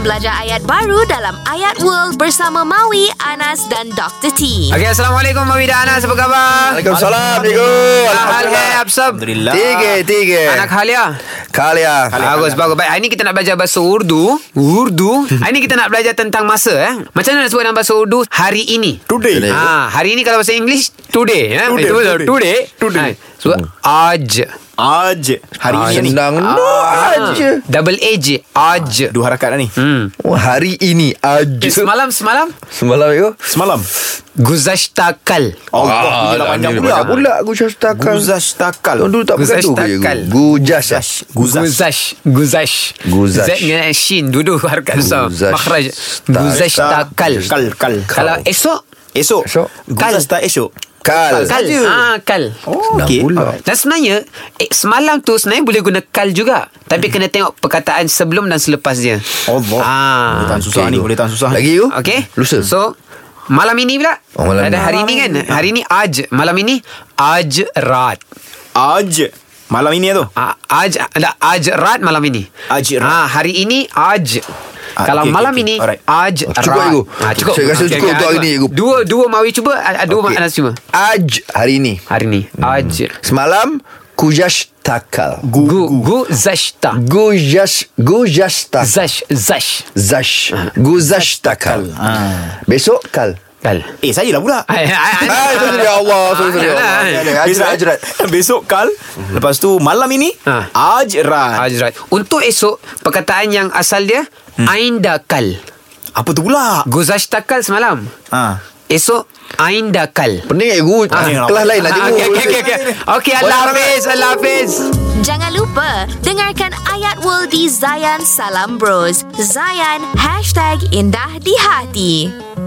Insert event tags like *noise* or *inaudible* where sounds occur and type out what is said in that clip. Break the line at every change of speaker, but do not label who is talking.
belajar ayat baru dalam Ayat World bersama Maui, Anas dan Dr. T.
Okey, Assalamualaikum Mami dan Anas. Apa khabar?
Waalaikumsalam Nigo
Apa hal hai
Alhamdulillah
ab sab?
Alhamdulillah. ha-
Tiga Tiga
Anak halia.
Kalia
Bagus, bagus. Baik, hari ni kita nak belajar bahasa Urdu.
*laughs*
Urdu. Hari ni kita nak belajar tentang masa. Eh. Macam mana nak sebut dalam bahasa Urdu hari ini?
Today.
Today.
Ah, hari ini kalau bahasa English, today. Eh.
Today,
Itu betul.
today.
Today.
Today. Hmm.
Ha, sebut aj.
Aj Hari
Ah,
ini ni
Senang
ya.
aja
Ah, Double aj. Aj.
Dua harakat lah ni
Hmm.
Wah, Hari ini
Okay,
aja
semalam, semalam.
Semalam ya? Nigo
Semalam
Guzashtakal. Ah,
Allah Ini lah panjang pula
Panjang pula Aku just takal
Guzas takal
Tahun dulu tak pakai
Guzash
tu ya ke
takal.
Gujas
Guzas Guzas
Guzash Guzash
Guzash.
Z dengan Shin Duduk harakat besar
Guzash.
Makhraj
Tak-
Guzash takal
Kal Kal
Kalau esok
Esok
Esok.
Guzas tak esok
Kal
Kal
Saja.
ah, Kal
Oh
Senang
okey
pula
Dan sebenarnya eh, Semalam tu sebenarnya boleh guna kal juga Tapi kena tengok perkataan sebelum dan selepas dia
Allah
ah,
Boleh tahan susah
okey,
ni
Go.
Boleh tahan susah
Lagi you
Okay
Lusa
So Malam ini pula
Oh, malam
Ada
ini.
hari ini kan Hari ini Aj Malam ini Aj Rat
Aj Malam ini ya, tu
Ah, Aj ada Ajrat malam ini.
Ajrat.
Ah, hari ini Aj.
Ah,
Kalau
okey,
malam
okey,
ini
alright.
Ajrat.
Cukup, Igu.
Ah, cukup.
Saya rasa
Okey,
cukup
okey,
untuk hari
Igu.
ni, Igu.
Dua dua Mawi cuba, ah, dua okay. Anas cuba.
Aj hari ini
Hari ni Aj.
Semalam Kujas takal
Gu gu zashta.
Gujas Gujas takal
Zash Ah. zash.
Zash Guzash takal Besok kal
Kal.
Ah. Eh saya lah pula
Ai, ai, *laughs* ai.
Ah, sorry, sorry, Allah, sorry, sorry, ya
Ah,
Allah.
ai.
Ada, ada,
Besok- eh,
ajrat.
Besok kal Lepas tu malam ini
Ah.
Ajrat
Ajrat. Untuk esok perkataan yang asal dia aindakal.
Apa tu pula
Guzashtakal semalam.
Ha
Esok aindakal.
Pening eh guru
Ah.
Kelas lain lah
Ah,
cikgu
Okey okey okey. okey. Okey Allah Hafiz, Allah Hafiz.
Jangan lupa dengarkan Ayat World di Zayan Salam Bros. Zayan #IndahDiHati.